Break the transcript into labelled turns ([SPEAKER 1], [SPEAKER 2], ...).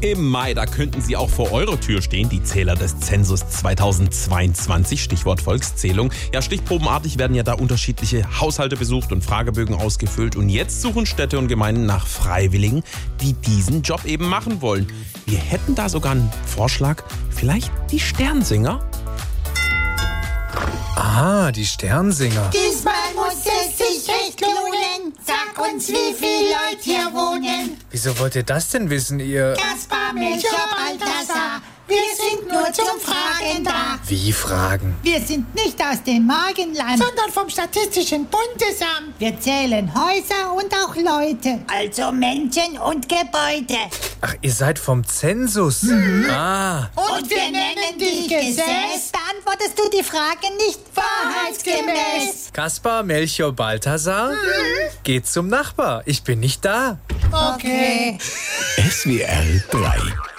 [SPEAKER 1] im Mai. Da könnten sie auch vor eurer Tür stehen, die Zähler des Zensus 2022, Stichwort Volkszählung. Ja, stichprobenartig werden ja da unterschiedliche Haushalte besucht und Fragebögen ausgefüllt. Und jetzt suchen Städte und Gemeinden nach Freiwilligen, die diesen Job eben machen wollen. Wir hätten da sogar einen Vorschlag, vielleicht die Sternsinger?
[SPEAKER 2] Ah, die Sternsinger.
[SPEAKER 3] Diesmal muss es sich echt lohnen. Sag uns, wie viele Leute hier wohnen.
[SPEAKER 2] Wieso wollt ihr das denn wissen, ihr...
[SPEAKER 3] Kaspar, Melchior, Balthasar, wir sind nur zum Fragen da.
[SPEAKER 2] Wie Fragen?
[SPEAKER 4] Wir sind nicht aus dem Magenland,
[SPEAKER 3] Sondern vom Statistischen Bundesamt.
[SPEAKER 4] wir zählen Häuser und auch Leute.
[SPEAKER 3] Also Menschen und Gebäude.
[SPEAKER 2] Ach, ihr seid vom Zensus. Ah,
[SPEAKER 3] Und, wir nennen dich Gesetz
[SPEAKER 4] Beantwortest du die Frage nicht
[SPEAKER 3] wahrheitsgemäß.
[SPEAKER 2] Kaspar, Melchior, Balthasar, geht zum Nachbar. Ich bin nicht da.
[SPEAKER 3] Okay.
[SPEAKER 5] SWR 3